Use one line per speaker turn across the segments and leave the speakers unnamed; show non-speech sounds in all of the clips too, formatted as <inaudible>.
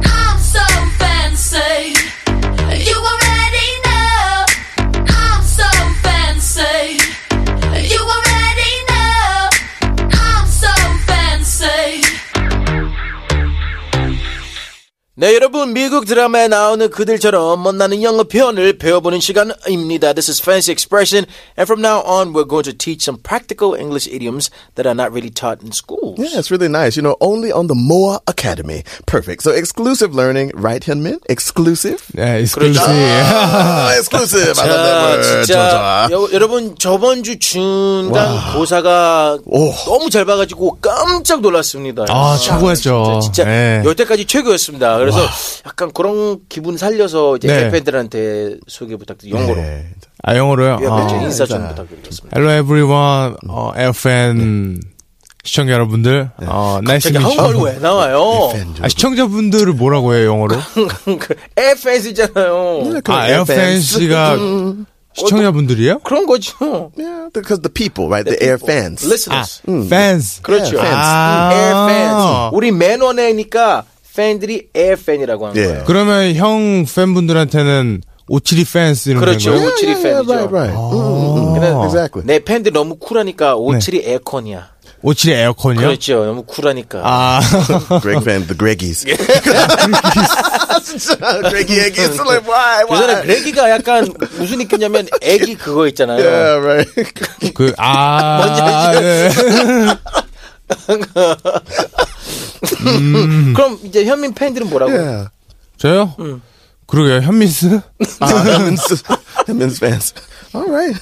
I'm so fancy. You already know. I'm so fancy. You already know. I'm so fancy.
네, 여러분, 미국 드라마에 나오는 그들처럼 못나는 영어 표현을 배워보는 시간입니다. This is Fancy Expression, and from now on, we're going to teach some practical English idioms that are not really taught in schools.
Yeah, it's really nice. You know, only on the Moa Academy. Perfect. So exclusive learning, right, Hyunmin? <laughs> Exclusive?
네, 익스클루시.
그렇죠. 아.
Ah, exclusive.
네,
자,
I love that word.
아, 진짜
저, 저.
여, 여러분 저번 주 중간 고사가
Oh.
너무 잘 봐가지고 깜짝 놀랐습니다.
아, 최고였죠.
진짜
네.
여태까지 최고였습니다. 그래서 약간 그런 기분 살려서 이제
네.
팬들한테 소개 부탁드리고 영어로
네.
아, 영어로요?
예,
아.
팬들 인사 좀 부탁드리겠습니다.
Hello everyone, 어, FN 시청자 여러분들. 어, nice
저기
to meet
네. 한국말 아,
you.
왜
Oh.
나와요?
아, 시청자분들을 뭐라고 해요,
<laughs>
영어로?
그
네.
FS잖아요.
아, FN
<laughs>
씨가 시청자분들이에요?
그런 거죠.
Yeah, because the people, right? The, air fans.
아,
Listeners.
fans.
그렇죠.
예,
아.
Air fans. 우리 맨원회니까 팬들이 air fan이라고 하는
예.
거예요.
그러면 형 팬분들한테는 오칠이 fans 이런
그렇죠.
거예요?
오칠이
right,
팬이죠.
right. Mm, mm, mm.
그래-
Exactly. <laughs> 네.
내 팬들 너무 쿨하니까 오칠이 에어컨이야.
오칠이 에어컨이요?
그렇죠. 너무 쿨하니까.
아, <laughs>
Greg fan, the Greggies. <laughs> Greggy Eggies. Like, why?
요새는
Why?
그레기가 약간 무슨 느낌이냐면 애기 그거 있잖아요.
Yeah, right. <laughs>
그, 아, 네.
그럼 이제 현민 팬들은 뭐라고? 요
yeah.
저요?
음.
그러게요,
<laughs>
현미스?
Ah, that means- that means fans. All right.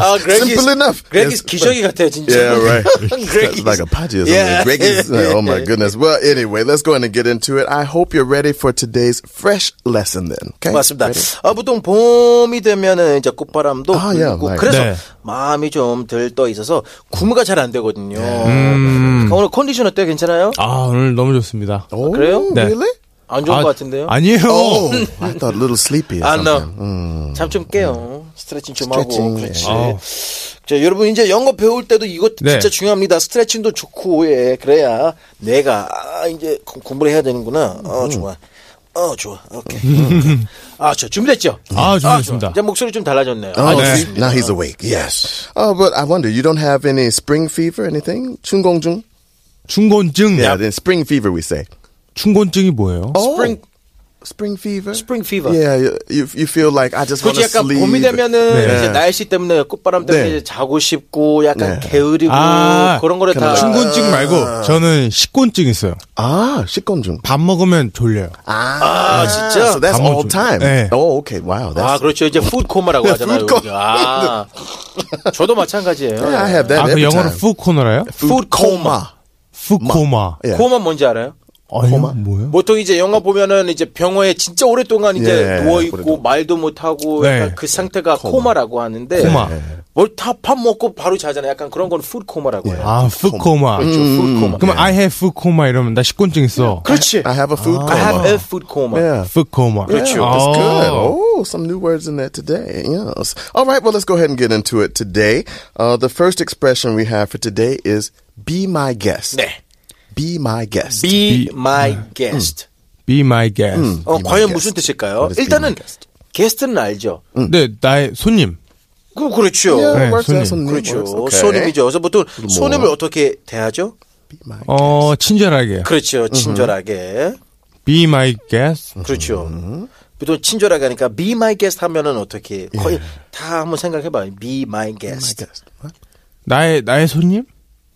아, 그레기.
Simple enough.
그레기
Yes.
기저귀 같아요, 진짜.
<laughs> Yeah, right.
<laughs> Greggy's.
That's like a podgy or something.
Yeah. <laughs>
Greggy's. oh my goodness. Well, anyway, let's go ahead and get into it. I hope you're ready for today's fresh lesson then. Okay.
맞습니다.
Ready?
아, 보통 봄이 되면은 이제 꽃바람도
네, 아,
불고
예, 맞아요.
그래서
네.
마음이 좀 들떠 있어서 구무가 잘 안 되거든요.
네.
음.
그러니까 오늘 컨디션 어때? 요 괜찮아요?
아, 오늘 너무 좋습니다.
Oh,
그래요?
네.
really?
안 좋은
아,
것 같은데요? 어.
아니에요.
Oh, <laughs> I thought a little sleepy. Or
아, 나
something. 음.
잠 좀 깨요. 스트레칭 좀 하고.
스트레칭,
그렇지.
예.
아우.
자, 여러분 이제 영어 배울 때도 이것
네.
진짜 중요합니다. 스트레칭도 좋고 예. 그래야 내가 아, 이제 공- 공부를 해야 되는구나.
음.
어, 좋아. 어, 좋아. 오케이. 음. 아, 저 준비됐죠?
아, 준비됐습니다.
좋아. 이제 목소리 좀 달라졌네요.
Oh,
아,
see,
좋습니다.
now he's awake. Yes. Oh, but I wonder, you don't have any spring fever, anything? Chungongjung?
충곤증.
Yeah, then spring fever, we say.
충곤증이 뭐예요?
Spring-
spring
Oh.
fever?
Spring fever.
Yeah, you, you- you feel like I just want
그렇지
to
약간
sleep.
봄이 되면은
예. 네.
이제 날씨 때문에 꽃바람 때문에
네.
이제 자고 싶고 약간
네.
게으르고
아,
그런 거를 다
충곤증 말고 저는 식곤증 있어요.
Ah, 식곤증.
밥 먹으면 졸려요.
Ah,
아, 진짜?
So that's
밥만
all
좀-
time.
네.
Oh, okay. Wow.
아
That's
그렇죠 이제 푸드 코마라고 하잖아요
네,
여기.
food
아 저도 마찬가지예요
Yeah, I have that.
아, 그
every
영어로
time.
푸코너라요?
food coma.
푸코마.
예.
코마 네. 뭔지 알아요?
아니, 뭐예요?
보통 이제 영화 보면은 이제 병원에 진짜 오랫동안 이제
예,
누워 있고
오랫동안.
말도 못 하고
네.
약간 그 상태가 코마. 라고 하는데 네.
코마.
뭘다밥 먹고 바로 자잖아요. 약간 그런 건 푸드 코마라고
예.
해요.
아, 푸코마.
예, 그렇죠.
음.
푸드 코마.
그럼 I have 푸코마 이러면 나 식곤증 있어.
그렇지.
아, I have a food coma. 네.
I have a food coma.
yeah.
푸코마.
그렇죠.
예. That's
아.
good. Oh, some new words in there today. Yes. All right. Well, let's go ahead and get into it today. Uh, the first expression we have for today is "be my guest."
네.
Be my guest.
Be my guest.
Be my guest.
어,
Be my
과연
guest.
무슨 뜻일까요?
What is be
일단은
my guest?
게스트는 알죠.
네, 나의 손님.
그 그렇죠.
yeah,
네,
works out
손님.
some new
그렇죠.
words. Okay.
손님이죠. 그래서 보통
뭐.
손님을 어떻게 대하죠?
Be my
어, 친절하게.
그렇죠. 친절하게.
Be my guest.
그렇죠. 보통 친절하게 하니까 be my guest 하면은 어떻게 거의 다 한번 생각해 봐요. be my guest.
예. guest. What?
나의 나의 손님?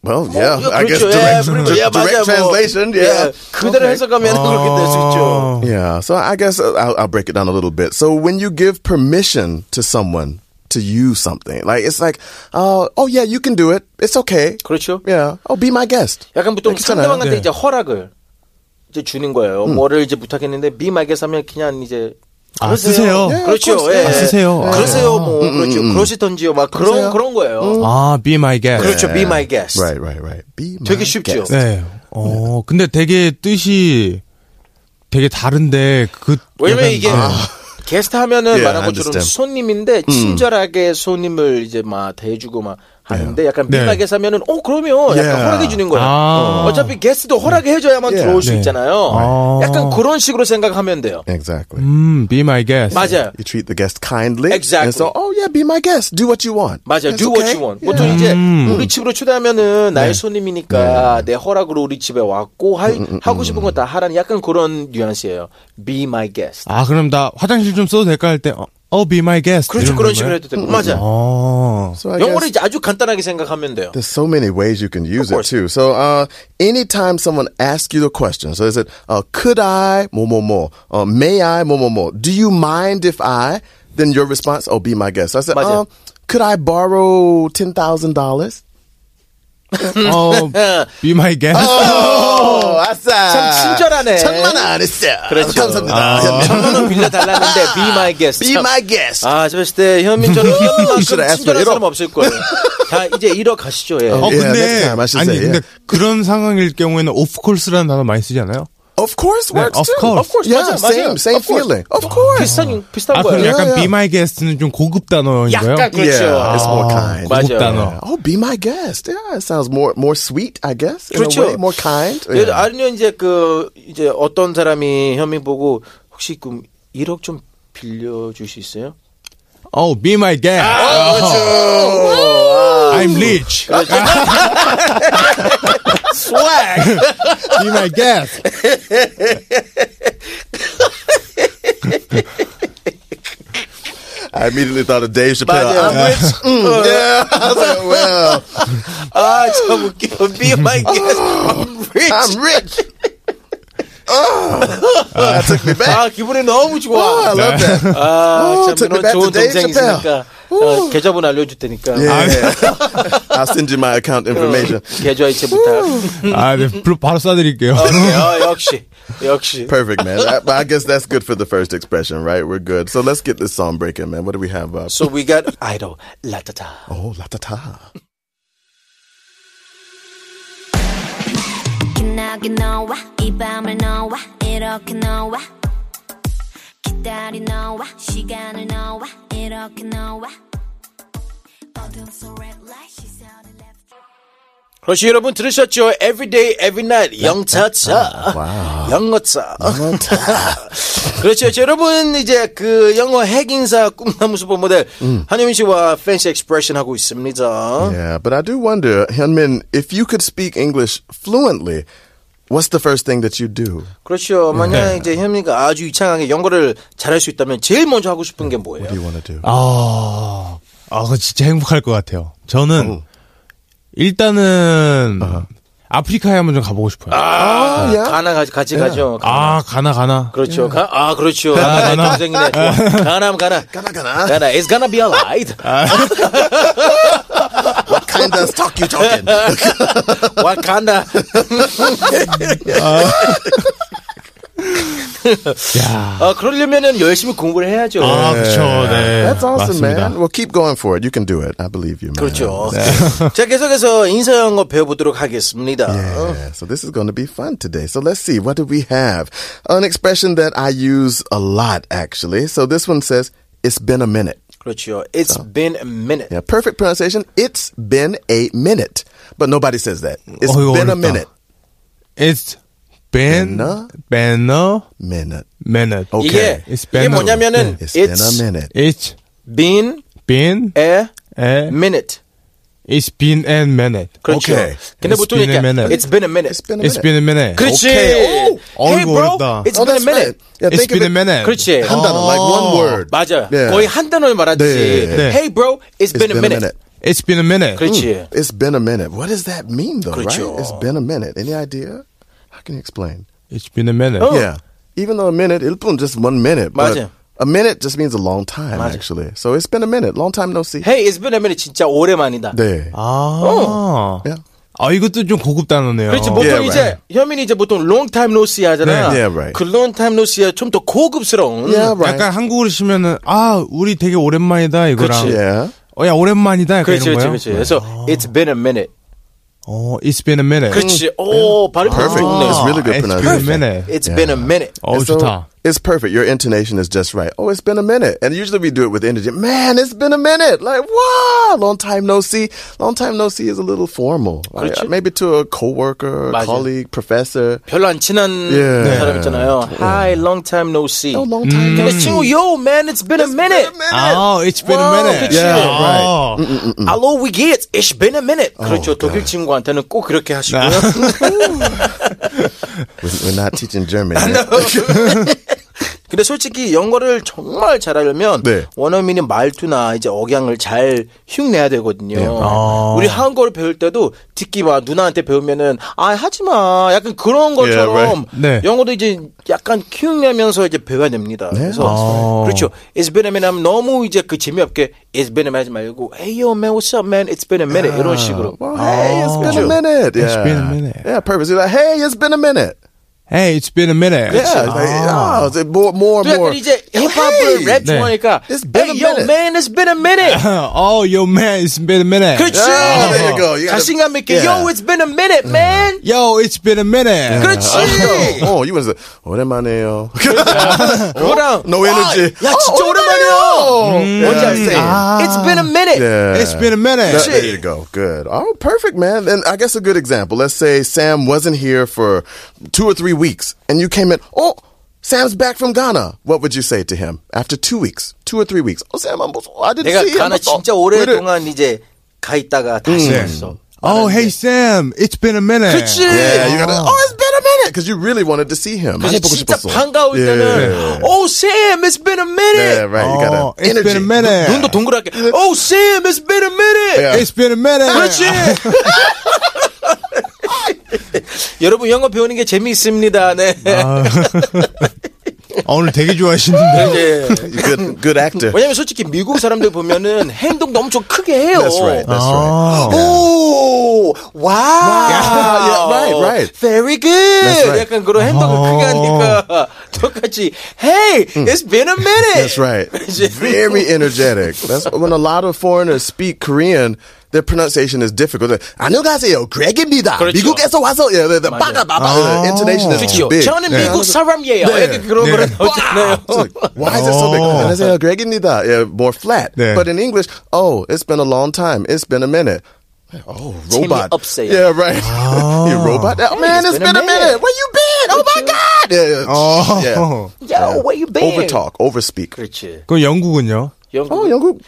Well, Oh, yeah.
어,
I guess
그렇죠. 예,
direct,
그렇죠. 예,
direct
맞아요. 뭐,
translation.
예,
Yeah.
그대로 해석하면 그렇게 될 수 있죠.
어.
Yeah, so I guess uh, I'll, I'll break it down a little bit. So when you give permission to someone to use something, like it's like, uh, oh yeah, you can do it. It's okay.
그렇죠.
Yeah. Oh, be my guest.
약간 보통
괜찮아요. 음.
상대방한테
네.
이제 허락을 이제 주는 거예요. 뭐를 이제 부탁했는데 be my guest 하면 그냥 이제
아,
그러세요.
쓰세요.
예, of
그렇죠.
course.
예.
아, 쓰세요. 아. 음.
그러세요. 뭐 그렇죠. 그러시던지요. 막 그런
그러세요.
그런 거예요.
아, be my guest.
그렇죠. be my guest.
Right, right, right. Be my
되게 쉽죠.
guest.
네. 어, 근데 되게 뜻이 되게 다른데 그
왜냐면
약간-
이게 아.
네.
게스트 하면은
예,
Yeah,
말한
I
것처럼
음.
understand.
손님인데 친절하게 손님을 이제 막 대해주고 막 하는데 약간
네.
민하게 사면은 어 그러면 약간
예.
Yeah.
허락해 주는 거야.
아.
어차피 게스트도 허락해 줘야만
Yeah.
들어올 수
네.
있잖아요.
아.
약간 그런 식으로 생각하면 돼요.
Exactly.
음, be my guest.
맞아요.
You treat the guest kindly.
Exactly.
And so, oh yeah, be my guest. Do what you want.
맞아요.
That's
Do what you
okay.
want.
Yeah.
보통 이제 우리 집으로 초대하면은 나의 손님이니까 내 허락으로 우리 집에 왔고 하, 하고 싶은 거 다 하라는 약간 그런 뉘앙스예요. Be my guest.
아, 그럼 나 화장실 좀 써도 될까 할 때, 어, oh, be my guest.
그렇죠.
이런
그런
건가요?
식으로 해도 되고. 맞아.
어.
So I
영어를
guess
이제 아주 간단하게 생각하면 돼요.
there's so many ways you can use it
course.
too. So uh, anytime someone asks you the question, so is it uh, could I more more more, uh, may I more more more? Do you mind if I? Then your response, oh, be my guest. I said,
맞아요.
um, could I borrow ten thousand dollars?
어,
예.
be my guest.
아.
Oh, 아싸.
참 친절하네.
천만 원 안 했어요.
그렇죠.
감사합니다. 현민.
천만 원 빌려
<laughs>
달라는데 be my guest.
아, Be
참.
my guest.
아, 저 봤을 때 현민처럼 이만큼
should have asked for
친절한 사람
일억.
없을 거예요. 자, 이제 1억 가시죠. 예.
어,
Yeah,
근데,
next time I should
아니,
say,
근데
yeah.
그런 상황일 경우에는 of course라는 단어 많이 쓰지 않아요?
Of course
네,
works
of
too.
course.
Of course,
Yeah,
맞아요, 맞아요.
same, same
Of course.
feeling. Of course.
비슷한 비슷한
아, 그럼
거예요.
약간
야, 야.
be my guest는 좀 고급 단어인가요?
약간 그렇죠.
Yeah, it's more kind.
고급
맞아요.
단어.
Oh, be my guest. Yeah, it sounds more more sweet, I guess. In
그렇죠.
a way, more kind.
예,
Yeah.
아니면 이제 그 이제 어떤 사람이 현민 보고 혹시 그 1억 좀 빌려 줄 수 있어요?
Oh, be my guest.
아, 그렇죠.
Oh, I'm rich. Swag. be my guest.
I immediately thought of Dave
<laughs>
Chappelle.
맞아요. 네. 어,
I- Mm, yeah. <laughs> I was like, well,
아, 참 웃겨. Be my guest. I'm rich.
<laughs> 네. I'm rich. Oh, that took me back.
아, 기분이 너무 좋아.
Oh, I love that.
<laughs> 아,
오,
참
took
이런
me 어, back to
좋은
Dave
동생
Chappelle.
있으니까 어, 계좌번호 알려줄 테니까.
예. Yeah. I'll send you my account information.
계좌 이체 <laughs> 부탁.
아, 네, 불- 바로 쏴드릴게요.
음, 아, 역시, 역시.
Perfect, man. I, but I guess that's good for the first expression, right? We're good. So let's get this song breaking, man. What do we have? Uh,
So we got idol, 라타타.
oh, la ta ta.
기나게 너와 이 밤을 너와 이렇게 너와 기다린 너와 시간을 너와 이렇게 너와 어둠 속 red light 시선을 left
그렇지, 여러분 들으셨죠? Every day, every night, 영차차. 네. 아, 영어차. <laughs> 그렇죠. 자, 여러분, 이제 그 영어 핵인사 꿈나무 슈퍼모델 한효민 씨와 팬시 엑스프레션 하고 있습니다.
Yeah, but I do wonder, Hyunmin, if you could speak English fluently, what's the first thing that you do?
그렇죠. 만약 이제 현민이가 아주 이창하게 영어를 잘할 수 있다면 제일 먼저 하고 싶은 게 뭐예요?
What do you want to do?
아, <laughs> 아, 그거 진짜 행복할 것 같아요. 저는
어.
일단은 아프리카에 한번 좀 가보고 싶어요. 아,
oh, yeah.
가나 가- 같이 가죠.
가나 가나.
그렇죠. 가, 아, 그렇죠. 예. 아. 가나,
가나.
동생이네. 좋아. 가나, 가나.
Gonna, gonna.
가나, it's gonna be <laughs> alright.
What kind of talk you talking?
What kinda?
야,
어, 그러려면은 열심히 공부를 해야죠.
아, 그렇죠. 네,
That's awesome,
맞습니다.
man. Well, keep going for it. You can do it. I believe you, man.
그렇죠. 자, 계속해서 인사 영어 배워보도록 하겠습니다.
Yeah, so this is going to be fun today. So let's see, what do we have? An expression that I use a lot, actually. So this one says, it's been a minute.
그렇죠. It's been a minute.
Yeah, perfect pronunciation. It's been a minute. But nobody says that. It's
Oh,
been a
어렵다.
minute.
It's been
Been a-
been a
Minute.
minute.
이게,
Okay.
It's
이게
been a-
뭐냐면은,
네, It's been a
it's
minute.
It's
been
been
a
a
minute.
It's been a minute.
그렇죠.
Okay.
근데
It's
보통
been a
이렇게,
minute.
it's been a minute.
It's been a
It's
minute.
been a minute.
그렇지.
Okay.
오,
Hey,
어이구,
bro.
어렵다.
It's
Oh,
been a
that's right.
minute.
Yeah,
It's
think of
been a
it-
minute. Oh.
그렇지.
한 단어, like one word.
맞아요.
Yeah.
거의 한 단어를 말하듯이.
네.
네.
Hey, bro, it's
It's
been a minute.
It's been a minute.
그렇지.
Hmm. It's been a minute. What does that mean, though,
그렇죠.
right? It's been a minute. Any idea? How can you explain?
It's been a minute.
어.
Yeah. Even though a minute, it'll put just one minute. But
맞아.
a minute just means a long time,
맞아.
actually. So it's been a minute. Long time no see.
Hey, it's been a minute. 진짜 오랜만이다.
네.
Ah. 아.
Yeah.
아, 이것도 좀 고급
어.
단어네요.
그렇지 뭐 보통
Yeah,
이제
right.
현민이 이제 보통 long time no see 하잖아.
네. Yeah, right.
그 long time no see야 좀 더 고급스러운.
Yeah, right.
약간 한국으로 치면은 아, 우리 되게 오랜만이다 이거랑.
그렇지.
Yeah.
어, 야, 오랜만이다 약간
예. 그렇지, 그렇지,
이런 거요. 네.
그렇지. 그래서 it's been a minute.
음.
어, it's been a minute. 아,
그렇지. 오, 발음
Perfect.
좋네.
It's really good
It's been a
pronunciation.
minute.
It's been a minute.
어,
so
좋다.
It's perfect. Your intonation is just right. Oh, it's been a minute. And usually we do it with energy. Man, it's been a minute. Like, wow, long time no see. Long time no see is a little formal. Like,
그렇죠.
maybe to a coworker,
맞아요.
colleague, professor.
별로 안 친한
예.
사람 있잖아요. Hi, long time no see.
Oh, long time no
근데 친구, yo man, it's been a minute.
Ah. 아, it's been
와우,
a minute.
그치.
예,
right.
아.
Hello, we get. It's been a minute.
Oh,
그렇죠. 독일 친구한테는 꼭 그렇게 하시고요.
아. We're, we're not teaching German. yet. <laughs>
근데 솔직히 영어를 정말 잘하려면
네.
원어민의 말투나 이제 억양을 잘 흉내야 되거든요. 우리 한국어를 배울 때도 듣기 봐 누나한테 배우면은 아 하지 마 약간 그런 것처럼
Yeah, right.
네.
영어도 이제 약간 키우면서 이제 배워야 됩니다. 그래서
아.
그렇죠. It's been a minute 하면 너무 이제 그 재미없게 It's been a minute 하지 말고 Hey yo man, what's up man? It's been a minute 이런 식으로.
Well, hey, it's been a
Oh.
그렇죠.
minute. Yeah.
It's been a minute.
Yeah, purpose. You're like, hey, it's been a minute.
Hey, it's been a minute.
Yeah, it's like, oh, it's like more, more,
또
more. 네.
약간 이제 힙합을
<laughs>
랩 좋아하니까
It's been a
Hey yo
minute.
man, it's been a minute.
<laughs> oh, yo man, it's been a minute.
그렇죠.
Yeah, there you go. You gotta-
자신감 있게
Yeah.
Yo, it's been a minute,
음.
man.
Yo, it's been a minute.
그렇지.
어, 이번에
<laughs>
오랜만에요.
그거랑
No
와,
energy. Oh,
야 진짜 오랜만이야. 뭔지 알지? It's been a minute.
Yeah.
It's been a minute.
That- there you Uh, go. Good. Oh, perfect, man. And I guess a good example. Let's say Sam wasn't here for two or three weeks, and you came in. Oh, Sam's back from Ghana. What would you say to him after two weeks, two or three weeks? Oh, Sam, I'm, I didn't
내가
see him.
가나
I thought-
진짜 오랫동안 이제 가 있다가 다시
음.
왔어.
Oh, hey Sam, it's been a minute.
그렇지. 어,
Yeah, you gotta. Oh, it's been a minute because you really wanted to see him.
그래서
많이 보고
진짜
싶었어. 예,
반가울 때는
Yeah.
Oh Sam, it's been a
Yeah,
minute.
네, right. 예. You gotta.
Oh, it's
energy.
been a minute.
눈도 동그랗게 Oh Sam, it's been a minute.
Yeah.
It's been a minute.
그렇지.
아.
<laughs> 여러분 영어 배우는 게 재미있습니다. 네.
아, 오늘
<laughs>
되게 좋아하시는데.
네.
Good, good actor.
왜냐면 솔직히 미국 사람들 보면은 행동도 엄청 크게 해요.
That's right. 어. That's
Oh.
오,
right. Yeah,
와우.
right, right.
Very
That's
good.
right. 어.
약간 그런 행동을 크게 하니까 <laughs> 똑같이 Hey, it's been a minute.
음. That's right.
<laughs>
Very energetic. That's when a lot of foreigners speak Korean. Their pronunciation is difficult. Like, 안녕하세요, Greg입니다.
그렇죠.
미국에서 와서 yeah, the, the 빠가 바바. The intonation is
그렇죠.
too big.
저는
Yeah.
미국
<laughs>
사람이에요.
네.
약간 그런
네.
거는 어잖아요
It's like, why is it so big?
Oh.
안녕하세요, Greg입니다. Yeah, more flat.
네.
But in English, oh, it's been a long time. It's been a minute. Oh, robot.
재미없어요.
Yeah, right. <laughs> you robot. Oh, man, it's been, a minute. Where you been? Oh my God. Yeah, yeah.
Oh.
Yeah.
Yo, where you been?
Overtalk, overspeak.
그렇지.
그럼
어,
영국은요?
영국.
Oh, 영국.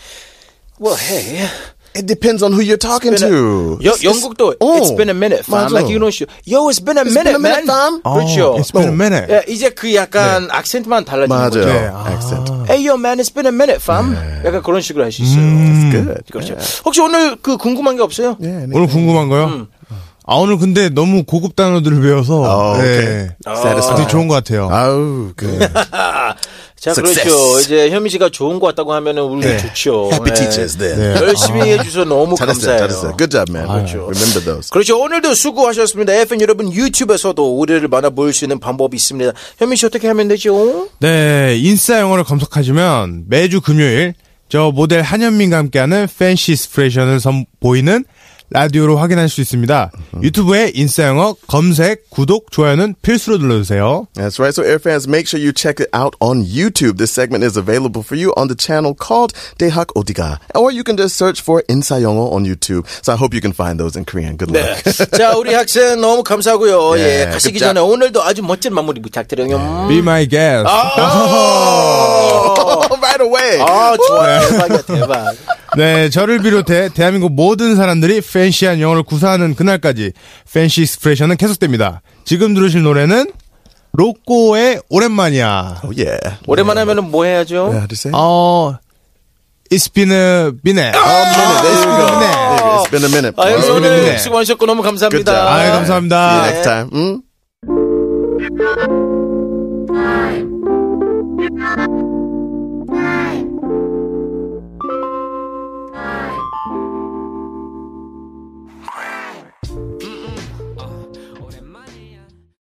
Well, hey.
It depends on who you're talking
been a-
to. Oh,
여, 영국도
어,
It's been a minute, fam.
맞아.
Like you know, yo, it's been a
It's
minute,
been a minute,
man.
fam. Oh,
그렇죠.
It's been a minute.
예, 이제 그 약간 악센트만 달라지는
네. 맞아요. 네.
거죠.
네, 아.
Accent.
Hey, yo, man, it's been a minute, fam. 약간 그런 식으로 할 수 있어요.
Good.
그렇죠. 혹시 오늘 그 궁금한 게 없어요?
Yeah.
오늘 궁금한 거요? 아, 오늘 근데 너무 고급 단어들을 배워서.
어,
네. 되게 좋은 것 같아요.
Oh, good.
<laughs> 자,
Success.
그렇죠. 이제 현미 씨가 좋은 것 같다고 하면은 우리 좋죠. 네.
Happy teachers then.
<laughs>
Oh.
열심히 해주셔서 너무
잘했어요,
감사해요.
잘했어요. Good job, man. Remember those.
그렇죠. 오늘도 수고하셨습니다. FN 여러분 유튜브에서도 우리를 만나볼 수 있는 방법이 있습니다. 현민 씨 어떻게 하면 되죠?
네, 인싸 영어를 검색하시면 매주 금요일 저 모델 한현민과 함께하는 팬시 스프레이션을 선보이는 라디오로 확인할 수 있습니다. 유튜브에 인싸 영어 검색, 구독, 좋아요는 필수로 눌러주세요.
That's right. So, air fans, make sure you check it out on YouTube. This segment is available for you on the channel called Dehak Odiga. Or you can just search for Insayongo on YouTube. So, I hope you can find those in Korean. Good luck. <laughs>
<laughs> 자, 우리 학생 너무 감사하고요. 예,
예,
가시기
급작.
전에 오늘도 아주 멋진 마무리 부탁드려요. 음.
Be my guest. 아.
Oh.
right away.
아, 좋아요. 대박이야, 대박.
네, 저를 비롯해 대한민국 모든 사람들이 팬시한 영어를 구사하는 그날까지 팬시 스프레이션은 계속됩니다. 지금 들으실 노래는 로꼬의 오랜만이야.
Oh, yeah.
오랜만에 하면은 뭐 해야죠?
Yeah, to say?
Oh.
어, 이스피는
There
비네.
you go. It's 아, been a minute.
아유,
It's been a
오늘
네.
수고 많으셨고 너무
Good job.
감사합니다.
아유, 예, 감사합니다.
See you next time. Hmm? Mm?